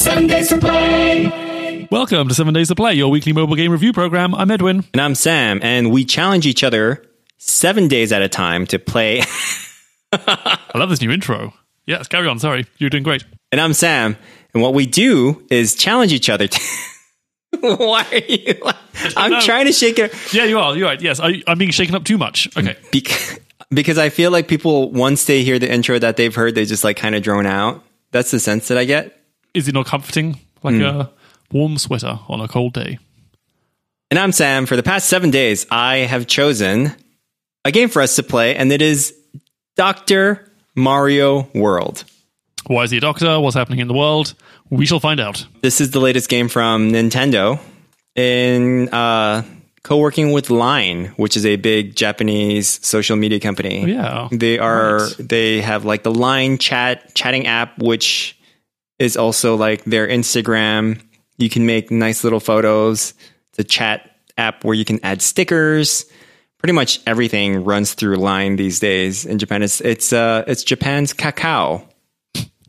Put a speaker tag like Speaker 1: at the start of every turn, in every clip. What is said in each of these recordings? Speaker 1: Seven Days to Play.
Speaker 2: Welcome to Seven Days to Play, your weekly mobile game review program. I'm Edwin.
Speaker 3: And I'm Sam, and we challenge each other seven days at a time to play.
Speaker 2: I love this new intro. Yes, carry on. Sorry, you're doing great.
Speaker 3: and I'm Sam, and what we do is challenge each other. To- Why are you? la- I'm
Speaker 2: know.
Speaker 3: trying to shake it
Speaker 2: Yeah, you are. You're right. Yes, I, I'm being shaken up too much. Okay.
Speaker 3: bec- because I feel like people once they hear the intro that they've heard, they just like kind of drone out. That's the sense that I get.
Speaker 2: Is it not comforting? Like a warm sweater on a cold day.
Speaker 3: And I'm Sam. For the past seven days, I have chosen a game for us to play, and it is Doctor Mario World.
Speaker 2: Why is he a doctor? What's happening in the world? We shall find out.
Speaker 3: This is the latest game from Nintendo in uh, co-working with Line, which is a big Japanese social media company.
Speaker 2: Yeah.
Speaker 3: They are
Speaker 2: Right.
Speaker 3: they have like the Line chat chatting app which is also like their Instagram. You can make nice little photos. It's a chat app where you can add stickers. Pretty much everything runs through Line these days in Japan. It's it's uh it's Japan's Kakao.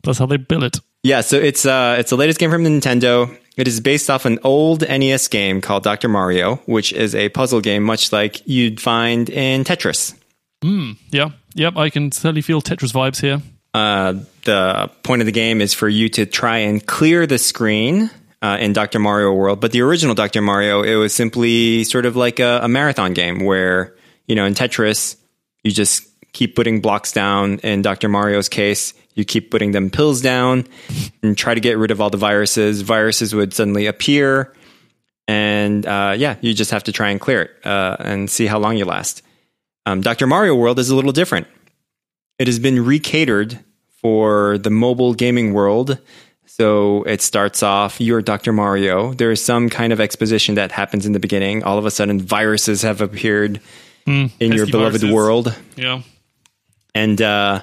Speaker 2: That's how they bill it.
Speaker 3: Yeah, so it's uh it's the latest game from Nintendo. It is based off an old NES game called Dr. Mario, which is a puzzle game much like you'd find in Tetris.
Speaker 2: Yeah. Yep. I can certainly feel Tetris vibes here.
Speaker 3: Uh, the point of the game is for you to try and clear the screen uh, in Dr. Mario World. But the original Dr. Mario, it was simply sort of like a, a marathon game where, you know, in Tetris, you just keep putting blocks down. In Dr. Mario's case, you keep putting them pills down and try to get rid of all the viruses. Viruses would suddenly appear. And uh, yeah, you just have to try and clear it uh, and see how long you last. Um, Dr. Mario World is a little different. It has been recatered for the mobile gaming world. So it starts off, you're Dr. Mario. There is some kind of exposition that happens in the beginning. All of a sudden, viruses have appeared in your
Speaker 2: pesky
Speaker 3: beloved
Speaker 2: viruses.
Speaker 3: world.
Speaker 2: Yeah.
Speaker 3: And uh,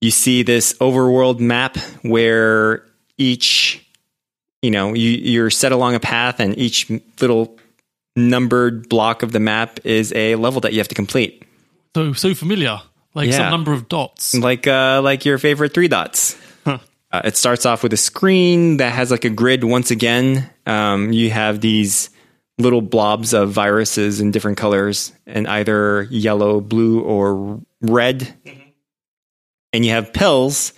Speaker 3: you see this overworld map where each, you know, you, you're set along a path, and each little numbered block of the map is a level that you have to complete.
Speaker 2: So, so familiar. Like some
Speaker 3: Yeah.
Speaker 2: number of dots.
Speaker 3: like uh, like your favorite three dots. Uh, it starts off with a screen that has like a grid. Once again, um, you have these little blobs of viruses in different colors, and either yellow, blue, or red. And you have pills,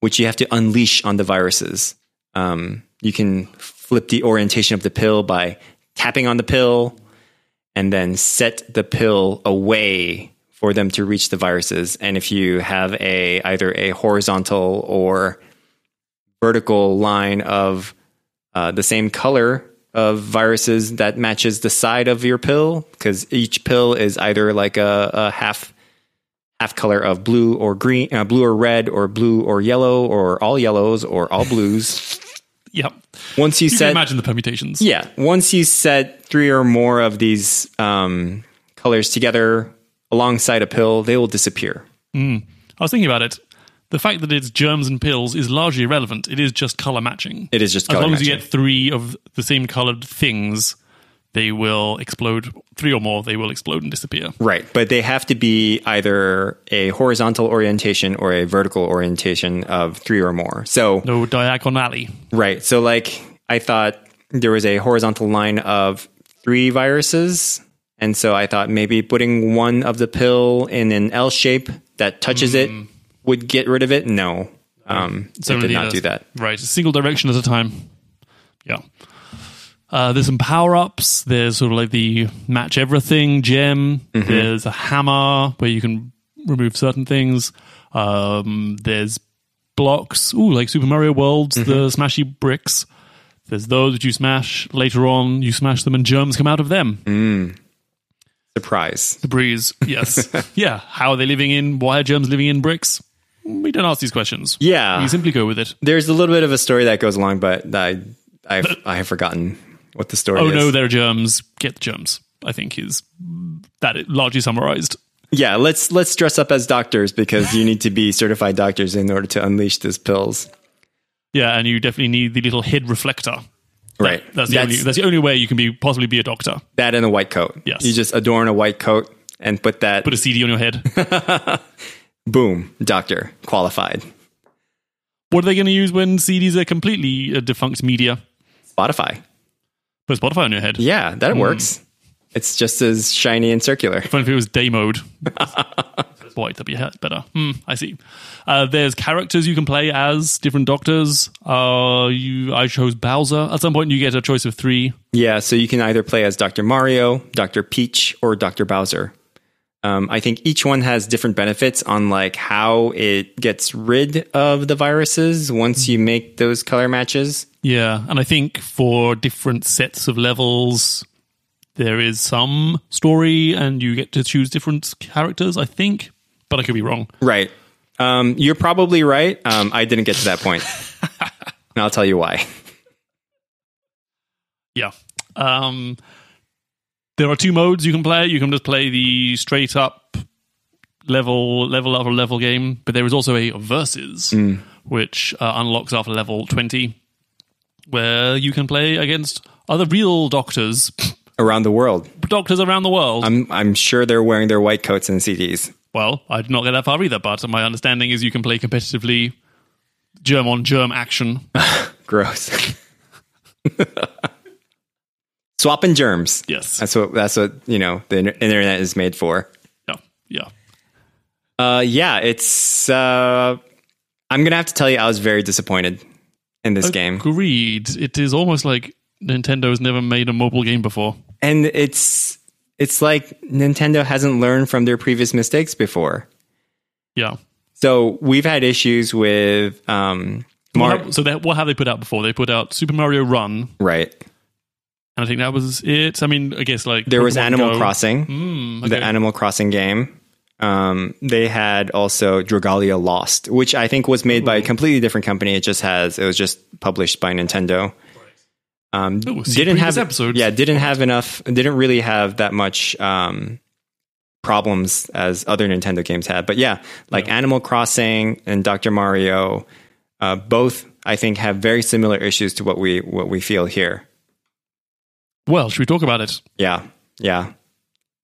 Speaker 3: which you have to unleash on the viruses. Um, you can flip the orientation of the pill by tapping on the pill and then set the pill away for them to reach the viruses. And if you have a either a horizontal or vertical line of uh, the same color of viruses that matches the side of your pill, because each pill is either like a, a half half color of blue or green, uh, blue or red, or blue or yellow, or all yellows or all blues.
Speaker 2: Yep.
Speaker 3: Once you,
Speaker 2: You can
Speaker 3: set
Speaker 2: imagine the permutations.
Speaker 3: yeah, once you set three or more of these um, colors together alongside a pill, they will disappear.
Speaker 2: I was thinking about it. The fact that it's germs and pills is largely irrelevant. It is just color matching.
Speaker 3: It is just
Speaker 2: as
Speaker 3: color
Speaker 2: long as you
Speaker 3: matching.
Speaker 2: get three of the same colored things, they will explode. Three or more, they will explode and disappear.
Speaker 3: Right, but they have to be either a horizontal orientation or a vertical orientation of three or more. So,
Speaker 2: No diagonally.
Speaker 3: right, so like I thought there was a horizontal line of three viruses, and so I thought maybe putting one of the pill in an L shape that touches
Speaker 2: Mm.
Speaker 3: it would get rid of it. No, um, it did
Speaker 2: really
Speaker 3: not
Speaker 2: does.
Speaker 3: do that.
Speaker 2: Right, a single direction at a time. Yeah. Uh, there's some power ups. There's sort of like the match everything gem.
Speaker 3: Mm-hmm.
Speaker 2: There's a hammer where you can remove certain things. Um, there's blocks. Ooh, like Super Mario World's the
Speaker 3: Mm-hmm.
Speaker 2: smashy bricks. There's those that you smash later on. You smash them and germs come out of them.
Speaker 3: Surprise.
Speaker 2: The breeze. Yes. yeah. How are they living in? Why are germs living in bricks? We don't ask these questions.
Speaker 3: Yeah.
Speaker 2: We simply go with it.
Speaker 3: There's a little bit of a story that goes along, but I I've, I have forgotten what the story
Speaker 2: oh
Speaker 3: is.
Speaker 2: no, there are germs. Get the germs. I think is that it largely summarized.
Speaker 3: yeah, let's let's dress up as doctors because you need to be certified doctors in order to unleash these pills.
Speaker 2: Yeah, and you definitely need the little head reflector.
Speaker 3: Right.
Speaker 2: That's the only that's the only way you can be possibly be a doctor.
Speaker 3: that in a white coat.
Speaker 2: Yes.
Speaker 3: You just adorn a white coat and put that
Speaker 2: Put a CD on your head.
Speaker 3: boom, doctor, qualified.
Speaker 2: What are they going to use when CDs are completely a defunct media?
Speaker 3: Spotify.
Speaker 2: Put Spotify on your head.
Speaker 3: Yeah, that
Speaker 2: Hmm.
Speaker 3: works. It's just as shiny and circular.
Speaker 2: Fun if it was day mode. Boy, that'd be he- better. Hmm, I see. Uh, there's characters you can play as different doctors. Uh, you, I chose Bowser. At some point, you get a choice of three.
Speaker 3: Yeah, so you can either play as Dr. Mario, Dr. Peach, or Dr. Bowser. Um, I think each one has different benefits on like how it gets rid of the viruses once you make those color matches.
Speaker 2: Yeah, and I think for different sets of levels, there is some story, and you get to choose different characters. I think, but I could be wrong.
Speaker 3: Right. Um, you're probably right. Um, I didn't get to that point. and I'll tell you why.
Speaker 2: Yeah. Um, there are two modes you can play. You can just play the straight up level, level up or level game, but there is also a versus, which uh, unlocks after level 20, where you can play against other real doctors,
Speaker 3: Around the world,
Speaker 2: doctors around the world.
Speaker 3: I'm, I'm sure they're wearing their white coats and CDs.
Speaker 2: well, I did not get that far either, but my understanding is you can play competitively germ on germ action.
Speaker 3: Gross. Swapping germs.
Speaker 2: Yes.
Speaker 3: That's what that's what you know the inter- internet is made for.
Speaker 2: yeah. Yeah.
Speaker 3: Uh, yeah, it's. Uh, I'm gonna have to tell you, I was very disappointed in this game,
Speaker 2: Agreed. It is almost like Nintendo has never made a mobile game before.
Speaker 3: and it's it's like Nintendo hasn't learned from their previous mistakes before.
Speaker 2: Yeah.
Speaker 3: So we've had issues with um, Mar-
Speaker 2: How- so that what have they put out before? They put out Super Mario Run,
Speaker 3: right.
Speaker 2: and I think that was it. I mean, I guess like
Speaker 3: There was
Speaker 2: Pokemon
Speaker 3: Animal
Speaker 2: Go.
Speaker 3: Crossing,
Speaker 2: Mm, okay.
Speaker 3: the Animal Crossing game. Um, they had also Dragalia Lost, which I think was made by a completely different company. It just has it was just published by Nintendo. Um,
Speaker 2: Ooh, see
Speaker 3: didn't
Speaker 2: previous
Speaker 3: have
Speaker 2: episodes.
Speaker 3: yeah, didn't have enough. Didn't really have that much um, problems as other Nintendo games had. But yeah, like Animal Crossing and Dr. Mario, uh, both I think have very similar issues to what we what we feel here.
Speaker 2: well, should we talk about it?
Speaker 3: Yeah, yeah.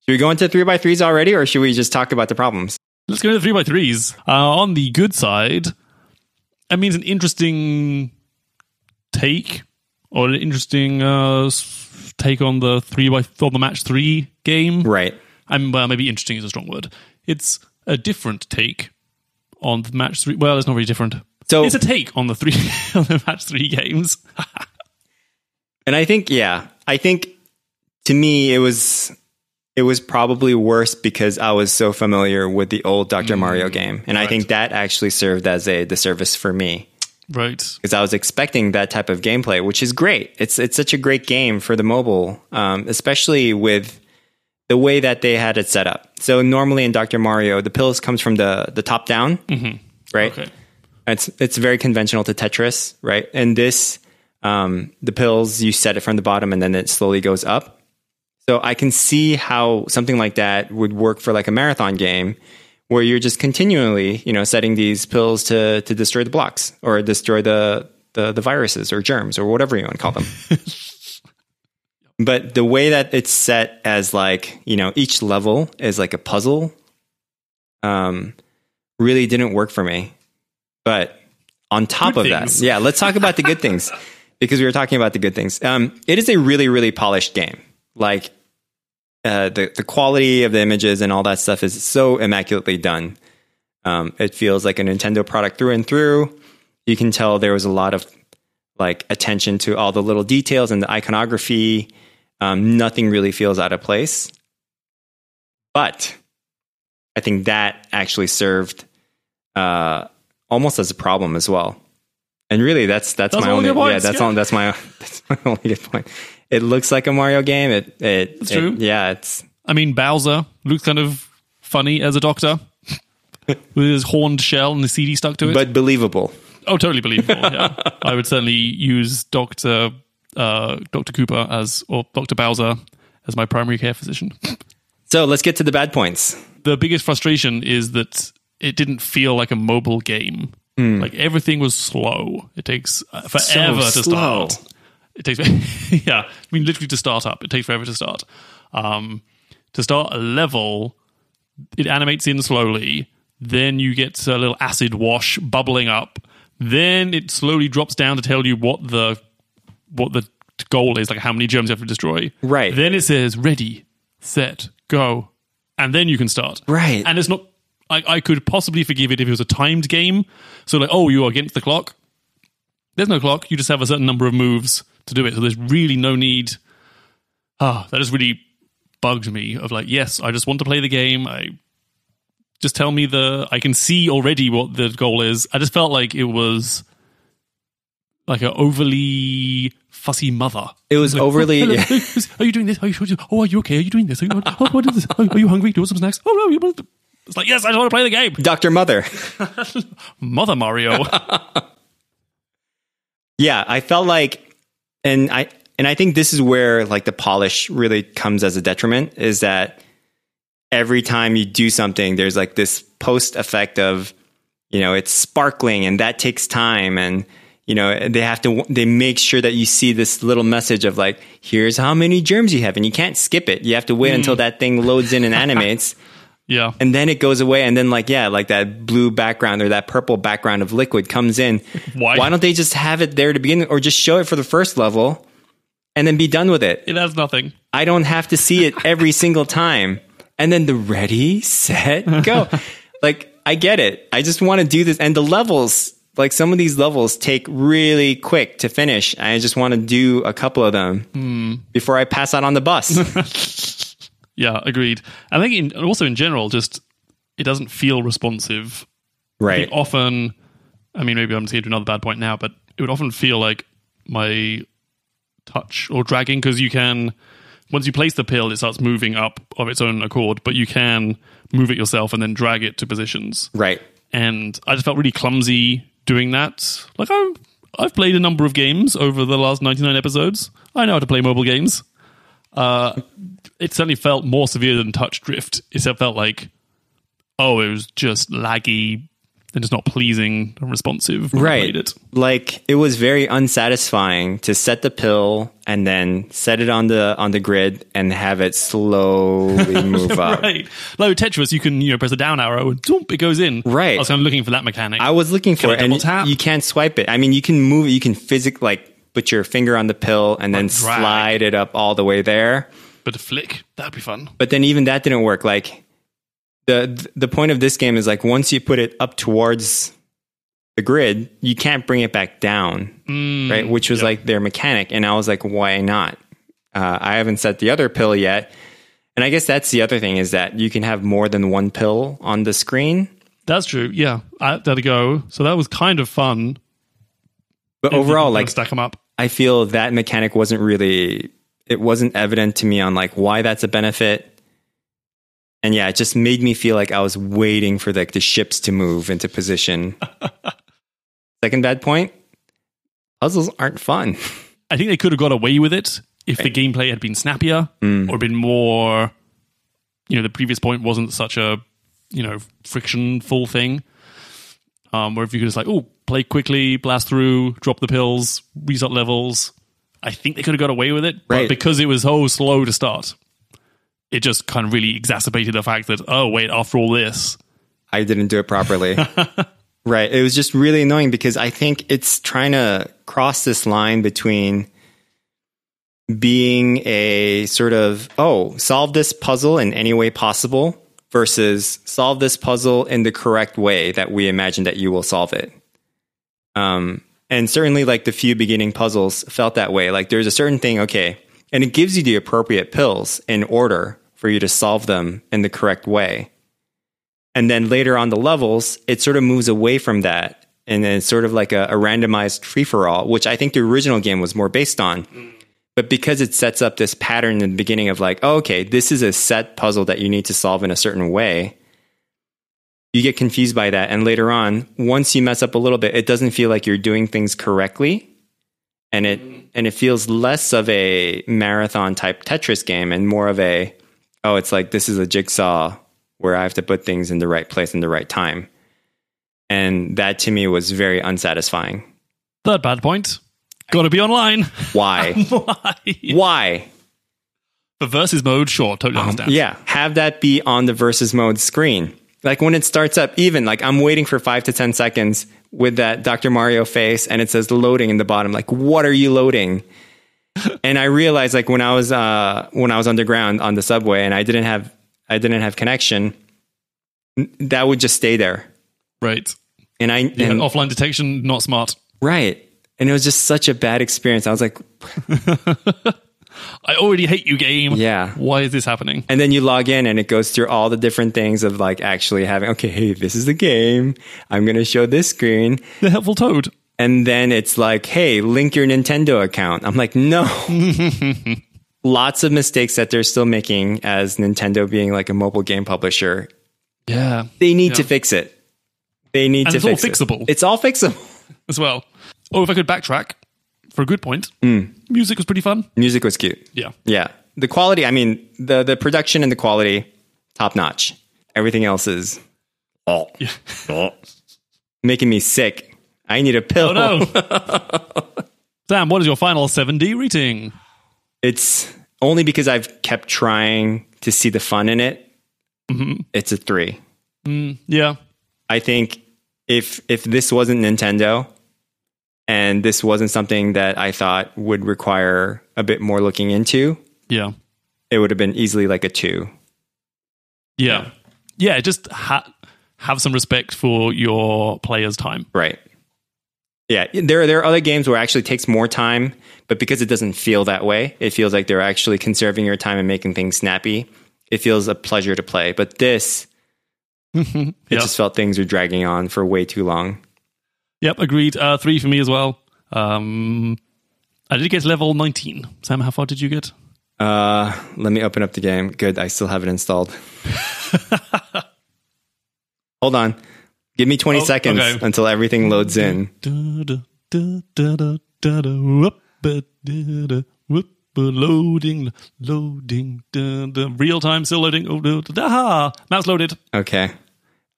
Speaker 3: Should we go into three by threes already, or should we just talk about the problems?
Speaker 2: Let's go to the three by threes. Uh, on the good side, I mean, it's an interesting take or an interesting uh, s- take on the three by on the match three game.
Speaker 3: Right.
Speaker 2: I'm well, maybe interesting is a strong word. It's a different take on the match three. Well, it's not really different.
Speaker 3: So-
Speaker 2: it's a take on the three on the match three games.
Speaker 3: And I think, yeah, I think to me it was it was probably worse because I was so familiar with the old
Speaker 2: Mm.
Speaker 3: Dr. Mario game, and I think that actually served as a disservice for me
Speaker 2: Right.
Speaker 3: because I was expecting that type of gameplay, which is great. It's it's such a great game for the mobile, um, especially with the way that they had it set up. So normally in Dr. Mario, the pills comes from the the top down,
Speaker 2: Mm-hmm.
Speaker 3: right?
Speaker 2: Okay.
Speaker 3: It's it's very conventional to Tetris, right? And this, um, the pills you set it from the bottom and then it slowly goes up. So I can see how something like that would work for like a marathon game, where you're just continually, you know, setting these pills to to destroy the blocks or destroy the the, the viruses or germs or whatever you want to call them. but the way that it's set as like you know each level is like a puzzle, um, really didn't work for me. But on top
Speaker 2: Good
Speaker 3: of
Speaker 2: things.
Speaker 3: that, yeah, let's talk about the good things because we were talking about the good things. Um, it is a really, really polished game. Like uh, the the quality of the images and all that stuff is so immaculately done. Um, it feels like a Nintendo product through and through. You can tell there was a lot of like attention to all the little details and the iconography. Um, nothing really feels out of place. But I think that actually served uh, almost as a problem as well. And really, that's that's,
Speaker 2: That's
Speaker 3: my
Speaker 2: all the
Speaker 3: only
Speaker 2: good
Speaker 3: yeah.
Speaker 2: points,
Speaker 3: That's
Speaker 2: yeah.
Speaker 3: all. That's my that's my only good point. It looks like a Mario game. It it,
Speaker 2: That's
Speaker 3: it-
Speaker 2: true.
Speaker 3: Yeah, it's
Speaker 2: I mean, Bowser looks kind of funny as a doctor with his horned shell and the CD stuck to it.
Speaker 3: but believable.
Speaker 2: oh, totally believable. Yeah. I would certainly use Doctor uh, Doctor Cooper as or Doctor Bowser as my primary care physician.
Speaker 3: So let's get to the bad points.
Speaker 2: the biggest frustration is that it didn't feel like a mobile game. Like everything was slow. It takes uh, forever to
Speaker 3: slow.
Speaker 2: start. It takes, yeah, I mean, literally to start up, it takes forever to start. Um, to start a level, it animates in slowly. Then you get a little acid wash bubbling up. Then it slowly drops down to tell you what the what the goal is, like how many germs you have to destroy.
Speaker 3: Right.
Speaker 2: Then it says ready, set, go, and then you can start.
Speaker 3: Right.
Speaker 2: And it's not. I, I could possibly forgive it if it was a timed game. So like, oh, you are against the clock. There's no clock. You just have a certain number of moves to do it. So there's really no need. Ah, that just really bugged me. Of like, yes, I just want to play the game. I just tell me the I can see already what the goal is. I just felt like it was like an overly fussy mother.
Speaker 3: It was
Speaker 2: Like,
Speaker 3: overly-
Speaker 2: Oh, hello, are you doing this? Are you, oh, are you okay? Are you doing this? Are you, oh, what is this? Oh, Are you hungry? Do you want some snacks? Oh no! You want it's like yes, I just want to play the game,
Speaker 3: Dr. Mother.
Speaker 2: Mother Mario.
Speaker 3: Yeah, I felt like, and I and I think this is where like the polish really comes as a detriment is that every time you do something, there's like this post effect of, you know, it's sparkling and that takes time and you know they have to they make sure that you see this little message of like here's how many germs you have and you can't skip it you have to wait until that thing loads in and animates
Speaker 2: yeah,
Speaker 3: and then it goes away and then like yeah like that blue background or that purple background of liquid comes in
Speaker 2: Why?
Speaker 3: don't they just have it there to begin with, or just show it for the first level and then be done with it
Speaker 2: it has nothing.
Speaker 3: i don't have to see it every single time and then the ready set go like i get it i just want to do this and the levels like some of these levels take really quick to finish i just want to do a couple of them before i pass out on the bus
Speaker 2: Yeah, agreed. I think in, also in general, just it doesn't feel responsive
Speaker 3: right
Speaker 2: often i mean maybe i'm seeing another bad point now but it would often feel like my touch or dragging because you can once you place the pill it starts moving up of its own accord but you can move it yourself and then drag it to positions
Speaker 3: right
Speaker 2: and i just felt really clumsy doing that like i'm I've played a number of games over the last 99 episodes. I know how to play mobile games. Uh, it certainly felt more severe than touch drift. It felt like, oh, it was just laggy and just not pleasing and responsive. when I
Speaker 3: right
Speaker 2: played it.
Speaker 3: like it was very unsatisfying to set the pill and then set it on the on the grid and have it slowly move up
Speaker 2: Right. Like Tetris, you can you know press a down arrow and zoom, it goes in.
Speaker 3: Right.
Speaker 2: I was kind of looking for that mechanic.
Speaker 3: i was looking for
Speaker 2: I
Speaker 3: it and
Speaker 2: double tap?
Speaker 3: you, you can't swipe it i mean you can move it you can physically like put your finger on the pill and then
Speaker 2: drag.
Speaker 3: slide it up all the way there
Speaker 2: but a flick, that'd be fun.
Speaker 3: but then even that didn't work like the the point of this game is like once you put it up towards the grid you can't bring it back down right which was like their mechanic and i was like why not uh, i haven't set the other pill yet and i guess that's the other thing is that you can have more than one pill on the screen
Speaker 2: That's true. Yeah, I had to go. So that was kind of fun.
Speaker 3: but
Speaker 2: Mm-hmm.
Speaker 3: overall like
Speaker 2: stack them up.
Speaker 3: i feel that mechanic wasn't really it wasn't evident to me on like why that's a benefit and yeah it just made me feel like i was waiting for like the ships to move into position second bad point puzzles aren't fun
Speaker 2: I think they could have got away with it if the gameplay had been snappier
Speaker 3: Mm.
Speaker 2: or been more. You know, the previous point wasn't such a you know frictionful thing. Um, where if you could just like, oh, play quickly, blast through, drop the pills, reset levels. I think they could have got away with it,
Speaker 3: Right.
Speaker 2: but because it was so slow to start, it just kind of really exacerbated the fact that oh wait, after all this,
Speaker 3: I didn't do it properly. right. It was just really annoying because I think it's trying to cross this line between being a sort of, oh, solve this puzzle in any way possible versus solve this puzzle in the correct way that we imagine that you will solve it. Um, and certainly, like the few beginning puzzles felt that way. Like there's a certain thing, okay, and it gives you the appropriate pills in order for you to solve them in the correct way. And then later on the levels, it sort of moves away from that. And then it's sort of like a, a randomized free for all, which I think the original game was more based on. But because it sets up this pattern in the beginning of like, oh, okay, this is a set puzzle that you need to solve in a certain way, you get confused by that. And later on, once you mess up a little bit, it doesn't feel like you're doing things correctly. And it and it feels less of a marathon type Tetris game and more of a oh, it's like this is a jigsaw where I have to put things in the right place in the right time. And that to me was very unsatisfying.
Speaker 2: third bad point, got to be online.
Speaker 3: Why?
Speaker 2: Why?
Speaker 3: Why?
Speaker 2: For versus mode, sure, totally understand.
Speaker 3: Um, Yeah, have that be on the versus mode screen. Like when it starts up, even like I'm waiting for five to 10 seconds with that Dr. Mario face and it says loading in the bottom. Like, what are you loading? and I realized like when I was uh when I was underground on the subway and I didn't have I didn't have connection, n- that would just stay there.
Speaker 2: Right.
Speaker 3: And I
Speaker 2: Yeah, oh,
Speaker 3: and,
Speaker 2: offline detection, not smart.
Speaker 3: right. And it was just such a bad experience. I was like,
Speaker 2: I already hate you, game.
Speaker 3: Yeah.
Speaker 2: Why is this happening?
Speaker 3: and then you log in and it goes through all the different things of like actually having okay, hey, this is the game. I'm gonna show this screen.
Speaker 2: The helpful toad.
Speaker 3: And then it's like, hey, link your Nintendo account. I'm like, no. Lots of mistakes that they're still making as Nintendo being like a mobile game publisher.
Speaker 2: Yeah.
Speaker 3: They need to
Speaker 2: Yeah.
Speaker 3: fix it. They need
Speaker 2: And
Speaker 3: to
Speaker 2: it's all
Speaker 3: fix it.
Speaker 2: fixable.
Speaker 3: It's all fixable.
Speaker 2: As well. Oh, if I could backtrack for a good point,
Speaker 3: Mm.
Speaker 2: music was pretty fun.
Speaker 3: Music was cute.
Speaker 2: Yeah.
Speaker 3: Yeah. The quality, I mean, the the production and the quality, top notch. Everything else is oh, oh. making me sick. I need a pill.
Speaker 2: Oh, no. Sam, what is your final 7D rating?
Speaker 3: It's only because I've kept trying to see the fun in it. It's a three.
Speaker 2: Mm-hmm. Mm, Yeah.
Speaker 3: I think if if this wasn't Nintendo and this wasn't something that I thought would require a bit more looking into,
Speaker 2: Yeah.
Speaker 3: it would have been easily like a two.
Speaker 2: Yeah. Yeah. Just ha- have some respect for your player's time.
Speaker 3: Right. Yeah. There there are other games where it actually takes more time, but because it doesn't feel that way, it feels like they're actually conserving your time and making things snappy. It feels a pleasure to play. But this it
Speaker 2: Yeah.
Speaker 3: just felt things were dragging on for way too long.
Speaker 2: Yep. Agreed. Uh, three for me as well. Um, I did get to level 19. Sam, how far did you get?
Speaker 3: Uh, let me open up the game. Good, I still have it installed. Hold on. Give me 20
Speaker 2: Oh,
Speaker 3: seconds
Speaker 2: okay.
Speaker 3: until everything loads in.
Speaker 2: Loading, loading, real time, still loading. Oh, da, da, da. mouse loaded.
Speaker 3: Okay.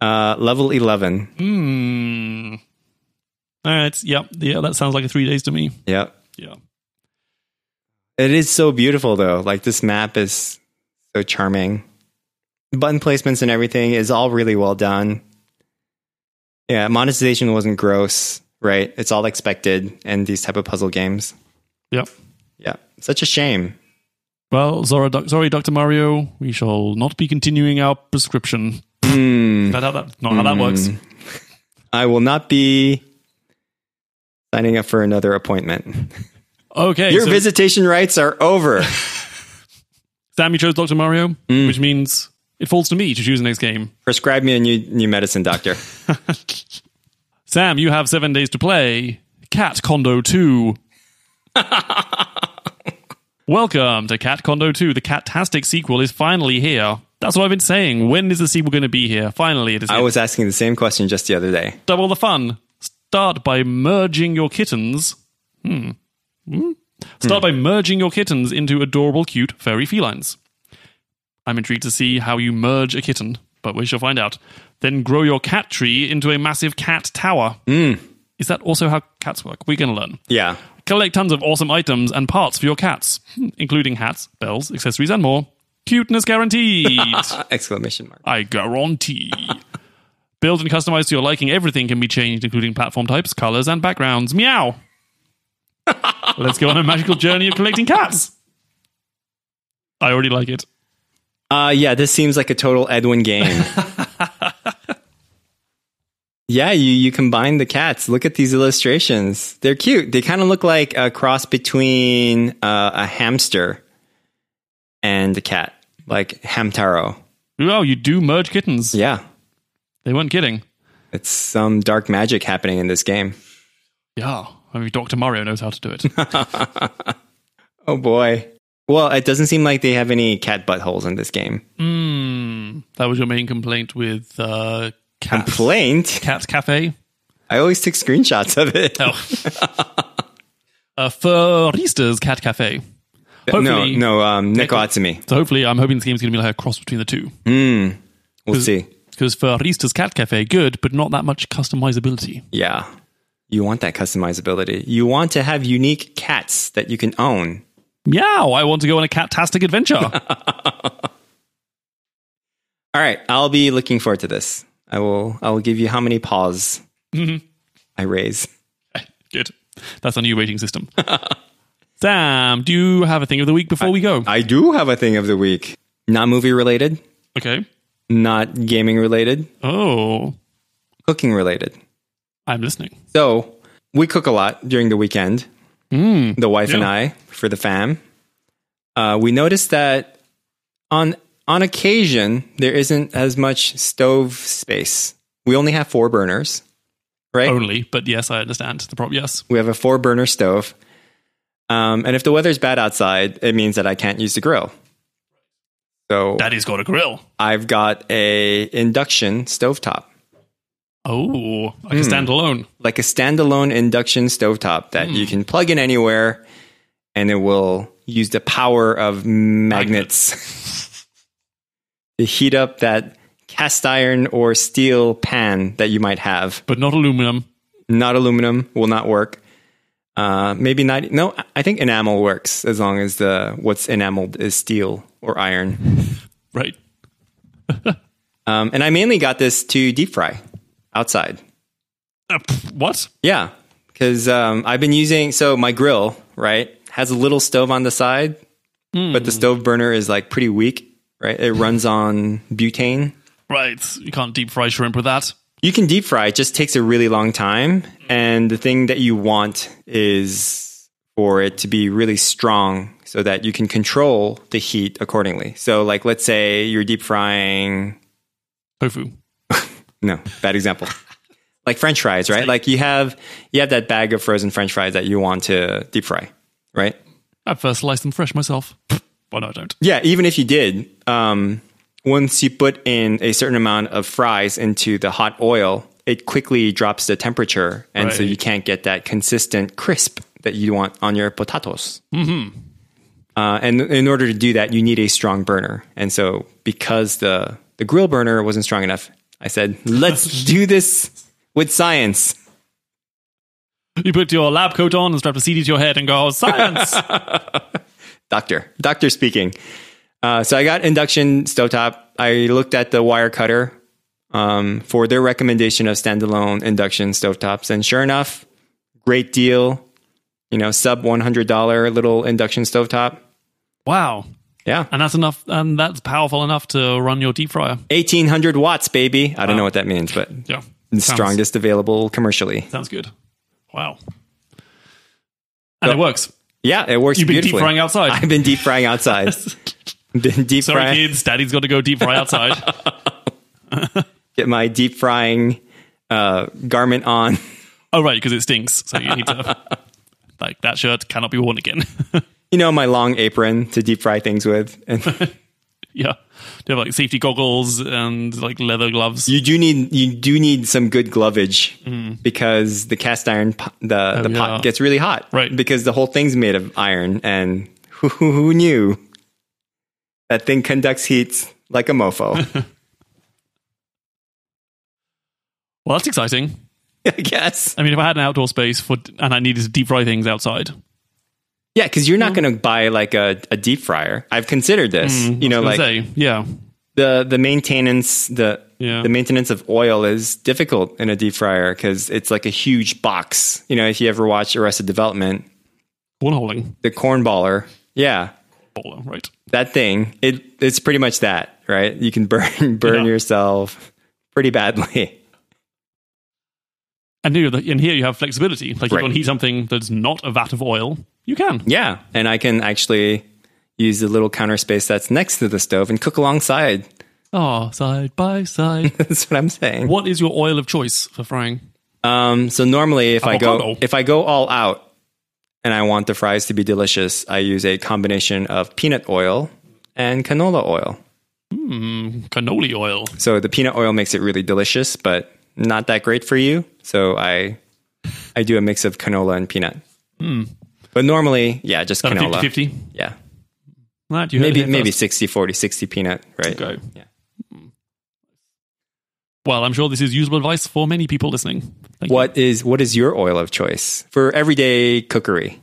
Speaker 3: Uh, level 11.
Speaker 2: Hmm. All right. Yep. Yeah, that sounds like a three days to me.
Speaker 3: Yep.
Speaker 2: Yeah.
Speaker 3: It is so beautiful though. Like this map is so charming. Button placements and everything is all really well done. Yeah, monetization wasn't gross, right? It's all expected in these type of puzzle games.
Speaker 2: Yep.
Speaker 3: Yeah. Such a shame.
Speaker 2: Well, Zora, doc, sorry, Doctor Mario. We shall not be continuing our prescription.
Speaker 3: Hmm.
Speaker 2: Not how that, not how that works.
Speaker 3: I will not be signing up for another appointment.
Speaker 2: Okay.
Speaker 3: Your
Speaker 2: so
Speaker 3: visitation rights are over.
Speaker 2: Sam, you chose Doctor Mario, which means it falls to me to choose the next game.
Speaker 3: Prescribe me a new new medicine, doctor.
Speaker 2: Sam, you have seven days to play Cat Condo 2. Welcome to Cat Condo 2. The Catastic sequel is finally here. That's what I've been saying. When is the sequel going to be here? Finally, it is
Speaker 3: I
Speaker 2: here.
Speaker 3: was asking the same question just the other day.
Speaker 2: double the fun. Start by merging your kittens. Hmm. Hmm? Start by merging your kittens into adorable, cute, furry felines. I'm intrigued to see how you merge a kitten, but we shall find out. Then grow your cat tree into a massive cat tower. Is that also how cats work? We're going to learn.
Speaker 3: Yeah.
Speaker 2: Collect tons of awesome items and parts for your cats, hmm, including hats, bells, accessories, and more. Cuteness guaranteed.
Speaker 3: Exclamation mark.
Speaker 2: I guarantee. Build and customize to your liking. Everything can be changed, including platform types, colors, and backgrounds. Meow. Let's go on a magical journey of collecting cats. I already like it.
Speaker 3: Uh yeah, this seems like a total Edwin game. yeah, you you combine the cats. Look at these illustrations. They're cute. They kind of look like a cross between uh, a hamster and a cat, like Hamtaro.
Speaker 2: Oh, you do merge kittens.
Speaker 3: Yeah.
Speaker 2: They weren't kidding.
Speaker 3: It's some dark magic happening in this game.
Speaker 2: Yeah. I mean, Dr. Mario knows how to do it.
Speaker 3: Oh boy. Well, it doesn't seem like they have any cat buttholes in this game.
Speaker 2: Hmm. that was your main complaint with uh, cat,
Speaker 3: Complaint.
Speaker 2: cat Cafe.
Speaker 3: I always take screenshots of it.
Speaker 2: Oh. uh, Furista's Cat Cafe.
Speaker 3: no,
Speaker 2: Hopefully-
Speaker 3: no, um, Neko Atsumi.
Speaker 2: So hopefully, I'm hoping this game's going to be like a cross between the two.
Speaker 3: We'll see.
Speaker 2: Because for Rista's Cat Cafe, good, but not that much customizability.
Speaker 3: Yeah. You want that customizability. You want to have unique cats that you can own.
Speaker 2: Meow, I want to go on a catastic adventure.
Speaker 3: All right, I'll be looking forward to this. I will I will give you how many paws? I raise.
Speaker 2: Good. That's our new rating system. Sam, do you have a thing of the week before we go?
Speaker 3: I do have a thing of the week. Not movie related,
Speaker 2: Okay.
Speaker 3: not gaming related,
Speaker 2: Oh,
Speaker 3: cooking related.
Speaker 2: I'm listening.
Speaker 3: So we cook a lot during the weekend,
Speaker 2: Mm.
Speaker 3: the wife and
Speaker 2: Yeah.
Speaker 3: I, for the fam. Uh, we noticed that on on occasion there isn't as much stove space. We only have four burners, right?
Speaker 2: Only, but yes, I understand the problem. Yes.
Speaker 3: We have a four burner stove. Um, and if the weather's bad outside, it means that I can't use the grill. So
Speaker 2: Daddy's got a grill.
Speaker 3: I've got a induction stovetop,
Speaker 2: Oh, I
Speaker 3: Hmm.
Speaker 2: can stand alone.
Speaker 3: like a standalone induction stovetop that you can plug in anywhere and it will use the power of magnets to heat up that cast iron or steel pan that you might have.
Speaker 2: but not aluminum.
Speaker 3: not aluminum will not work uh, maybe not no i think enamel works as long as the what's enameled is steel or iron
Speaker 2: Right.
Speaker 3: um, and i mainly got this to deep fry outside
Speaker 2: Uh, pff, what?
Speaker 3: yeah because um, i've been using so my grill right has a little stove on the side but the stove burner is like pretty weak right it runs on butane
Speaker 2: Right. You can't deep fry shrimp with that.
Speaker 3: you can deep fry. It just takes a really long time. And the thing that you want is for it to be really strong so that you can control the heat accordingly. So, like, let's say you're deep frying,
Speaker 2: Tofu.
Speaker 3: no, bad example. Like french fries, right? Like you have you have that bag of frozen french fries that you want to deep fry, right?
Speaker 2: I first sliced them fresh myself. Pff, Why no, I don't.
Speaker 3: Yeah, even if you did, um, once you put in a certain amount of fries into the hot oil, it quickly drops the temperature, and so
Speaker 2: Right.
Speaker 3: you can't get that consistent crisp that you want on your potatoes. Mm-hmm. Uh, and in order to do that, you need a strong burner. And so, because the the grill burner wasn't strong enough, I said, "Let's do this with science."
Speaker 2: You put your lab coat on and strap a CD to your head and go, science.
Speaker 3: doctor doctor speaking uh, so i got induction stovetop i looked at the wire cutter um, for their recommendation of standalone induction stovetops and sure enough great deal you know sub $100 little induction stovetop
Speaker 2: wow.
Speaker 3: yeah
Speaker 2: And that's enough. And that's powerful enough to run your deep fryer.
Speaker 3: 1800 watts baby i don't know what that means but
Speaker 2: Yeah.
Speaker 3: the
Speaker 2: Sounds-
Speaker 3: strongest available commercially
Speaker 2: Sounds good. Wow. And it works.
Speaker 3: yeah it works
Speaker 2: You've been deep
Speaker 3: beautifully
Speaker 2: frying outside.
Speaker 3: i've been deep frying outside been deep
Speaker 2: Sorry,
Speaker 3: frying
Speaker 2: kids. Daddy's got to go deep fry outside.
Speaker 3: get my deep frying uh, garment on
Speaker 2: oh, right, because it stinks. So you need to. Like that shirt cannot be worn again.
Speaker 3: you know, my long apron to deep fry things with. And
Speaker 2: yeah, they have like safety goggles and like leather gloves.
Speaker 3: you do need you do need some good glovage because the cast iron po- the
Speaker 2: Mm. Oh,
Speaker 3: the
Speaker 2: yeah.
Speaker 3: pot gets really hot,
Speaker 2: Right.
Speaker 3: Because the whole thing's made of iron, and who, who, who knew that thing conducts heat like a mofo?
Speaker 2: Well, that's exciting.
Speaker 3: I guess,
Speaker 2: I mean, if I had an outdoor space for and I needed to deep fry things outside,
Speaker 3: yeah. Because you're not going to buy like a, a deep fryer. I've considered this, you know,
Speaker 2: Mm. I was
Speaker 3: like
Speaker 2: gonna say, yeah,
Speaker 3: the the maintenance the
Speaker 2: Yeah.
Speaker 3: the maintenance of oil is difficult in a deep fryer because it's like a huge box. You know, if you ever watch Arrested Development,
Speaker 2: cornholing,
Speaker 3: the cornballer. Yeah,
Speaker 2: baller, right?
Speaker 3: that thing. It it's pretty much that, right? You can burn burn
Speaker 2: Yeah.
Speaker 3: yourself pretty badly.
Speaker 2: And here, and here you have flexibility. Like you
Speaker 3: Right.
Speaker 2: can heat something that's not a vat of oil. You can.
Speaker 3: Yeah, and I can actually use the little counter space that's next to the stove and cook alongside. Ah,
Speaker 2: Oh, side by side.
Speaker 3: That's what I'm saying.
Speaker 2: what is your oil of choice for frying?
Speaker 3: Um, so normally, if I go
Speaker 2: Avocado.
Speaker 3: if I go all out and I want the fries to be delicious, I use a combination of peanut oil and canola oil.
Speaker 2: Cannoli oil.
Speaker 3: So the peanut oil makes it really delicious, but not that great for you. So I I do a mix of canola and peanut. But normally, yeah, just
Speaker 2: Hmm. About
Speaker 3: canola.
Speaker 2: 50
Speaker 3: Yeah.
Speaker 2: Right, you heard it
Speaker 3: Maybe
Speaker 2: here
Speaker 3: maybe
Speaker 2: first.
Speaker 3: 60 40 60 peanut, right?
Speaker 2: Okay.
Speaker 3: Yeah.
Speaker 2: Well, I'm sure this is usable advice for many people listening. Thank you.
Speaker 3: What is what is your oil of choice for everyday cookery?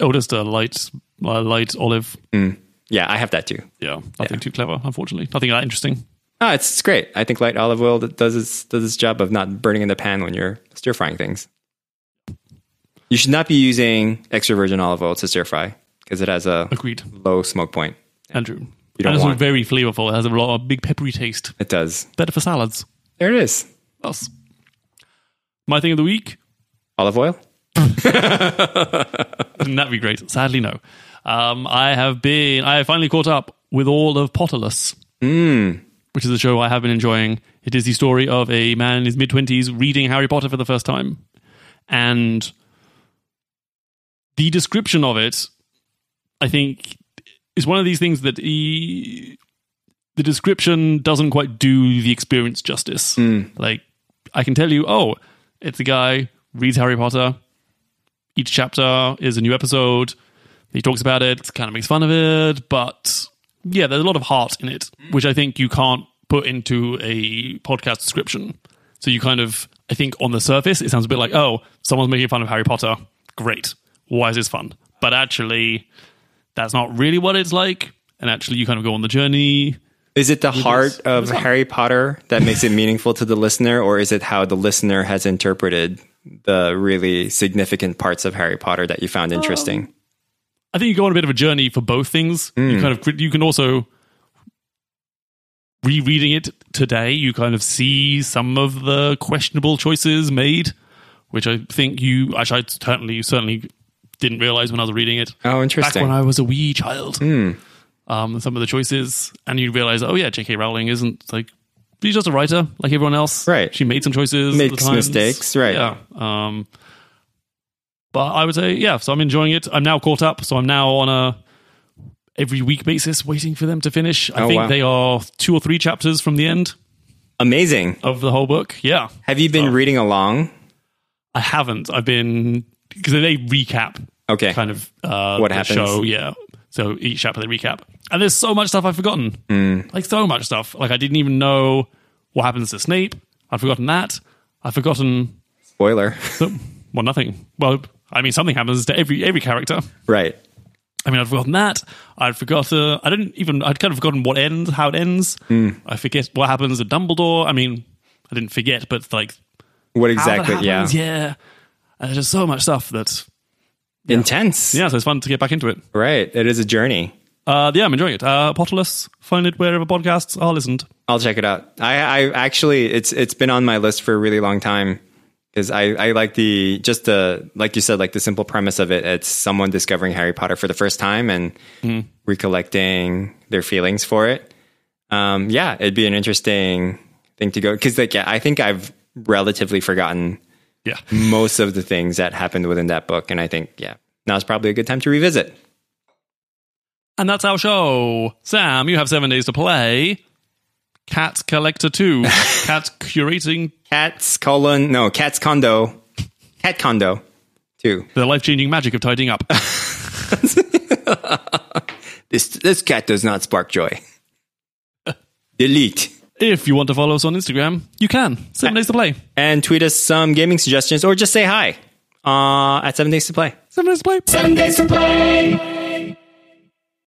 Speaker 2: Oh, just a light, uh, light olive.
Speaker 3: Hmm. Yeah, I have that too.
Speaker 2: Yeah, nothing too clever, unfortunately. Nothing that interesting.
Speaker 3: Ah, it's, it's great. I think light olive oil that does its does its job of not burning in the pan when you're stir frying things. You should not be using extra virgin olive oil to stir fry because it has a
Speaker 2: Agreed,
Speaker 3: low smoke point.
Speaker 2: Andrew. and
Speaker 3: You don't
Speaker 2: it's all
Speaker 3: want
Speaker 2: very flavorful. It has a lot of big peppery taste.
Speaker 3: it does.
Speaker 2: Better for salads.
Speaker 3: There it is.
Speaker 2: Us. My thing of the week.
Speaker 3: Olive oil.
Speaker 2: Wouldn't that be great? Sadly, no. Um, I have been. I have finally caught up with all of Potterless, which is a show I have been enjoying. It is the story of a man in his mid twenties reading Harry Potter for the first time, and the description of it, I think, is one of these things that he, the description doesn't quite do the experience justice. Like, I can tell you, oh, it's a guy reads Harry Potter, each chapter is a new episode. He talks about it, kind of makes fun of it, but yeah, there's a lot of heart in it, which I think you can't put into a podcast description. So you kind of, I think on the surface, it sounds a bit like, oh, someone's making fun of Harry Potter. Great. Why is this fun? But actually, that's not really what it's like. And actually, you kind of go on the journey.
Speaker 3: Is it the heart of
Speaker 2: it's not.
Speaker 3: Harry Potter that makes it meaningful to the listener, or is it how the listener has interpreted the really significant parts of Harry Potter that you found
Speaker 2: Um,
Speaker 3: interesting?
Speaker 2: I think you go on a bit of a journey for both things. You kind of crit- you can also rereading it today. You kind of see some of the questionable choices made, which I think you I I certainly certainly didn't realize when I was reading it
Speaker 3: oh,
Speaker 2: back when
Speaker 3: interesting. Hmm.
Speaker 2: I was a wee child. Um, some of the choices, and you realize, oh yeah, J.K. Rowling isn't like she's just a writer like everyone else.
Speaker 3: Right.
Speaker 2: She made some choices, at the
Speaker 3: Makes
Speaker 2: times.
Speaker 3: mistakes, right.
Speaker 2: Yeah. Um, but I would say, yeah. So I'm enjoying it. I'm now caught up. So I'm now on a every week basis, waiting for them to finish. I
Speaker 3: Oh,
Speaker 2: think
Speaker 3: wow.
Speaker 2: they are two or three chapters from the end
Speaker 3: Amazing.
Speaker 2: of the whole book. Yeah.
Speaker 3: Have you
Speaker 2: Oh.
Speaker 3: been reading along?
Speaker 2: I haven't. I've been because they recap
Speaker 3: Okay.
Speaker 2: kind of uh,
Speaker 3: What
Speaker 2: the
Speaker 3: happens?
Speaker 2: show. Yeah. So each chapter they recap, and there's so much stuff I've forgotten.
Speaker 3: Mm.
Speaker 2: Like so much stuff. Like I didn't even know what happens to Snape. I've forgotten that. I've forgotten.
Speaker 3: Spoiler.
Speaker 2: That, well, nothing. Well, I mean, something happens to every every character.
Speaker 3: right.
Speaker 2: I mean, I'd forgotten that. I'd forgotten. I didn't even. I'd kind of forgotten what ends, how it ends.
Speaker 3: Mm.
Speaker 2: I forget what happens to Dumbledore. I mean, I didn't forget, but like
Speaker 3: What
Speaker 2: how that
Speaker 3: exactly? Yeah.
Speaker 2: happens, yeah. And there's just so much stuff that
Speaker 3: Intense.
Speaker 2: yeah. So it's fun to get back into it.
Speaker 3: Right. It is a journey.
Speaker 2: Uh, yeah, I'm enjoying it. Uh, Potterless, find it wherever podcasts are listened.
Speaker 3: I'll check it out. I, I actually, it's it's been on my list for a really long time because I, I like the just the like you said, like the simple premise of it. It's someone discovering Harry Potter for the first time and recollecting their feelings for it. Um, yeah, it'd be an interesting thing to go because like yeah, I think I've relatively forgotten
Speaker 2: Yeah.
Speaker 3: most of the things that happened within that book, and I think yeah, now's probably a good time to revisit.
Speaker 2: And that's our show. Sam, you have seven days to play. Cat Collector 2. Cat Curating
Speaker 3: Cats colon no cats condo, cat condo, two.
Speaker 2: the Life Changing Magic of Tidying Up.
Speaker 3: This this cat does not spark joy. Delete.
Speaker 2: if you want to follow us on Instagram, you can. Seven days to play.
Speaker 3: And tweet us some gaming suggestions or just say hi uh, at 7 Days to Play.
Speaker 2: Seven days to play.
Speaker 1: Seven days to play.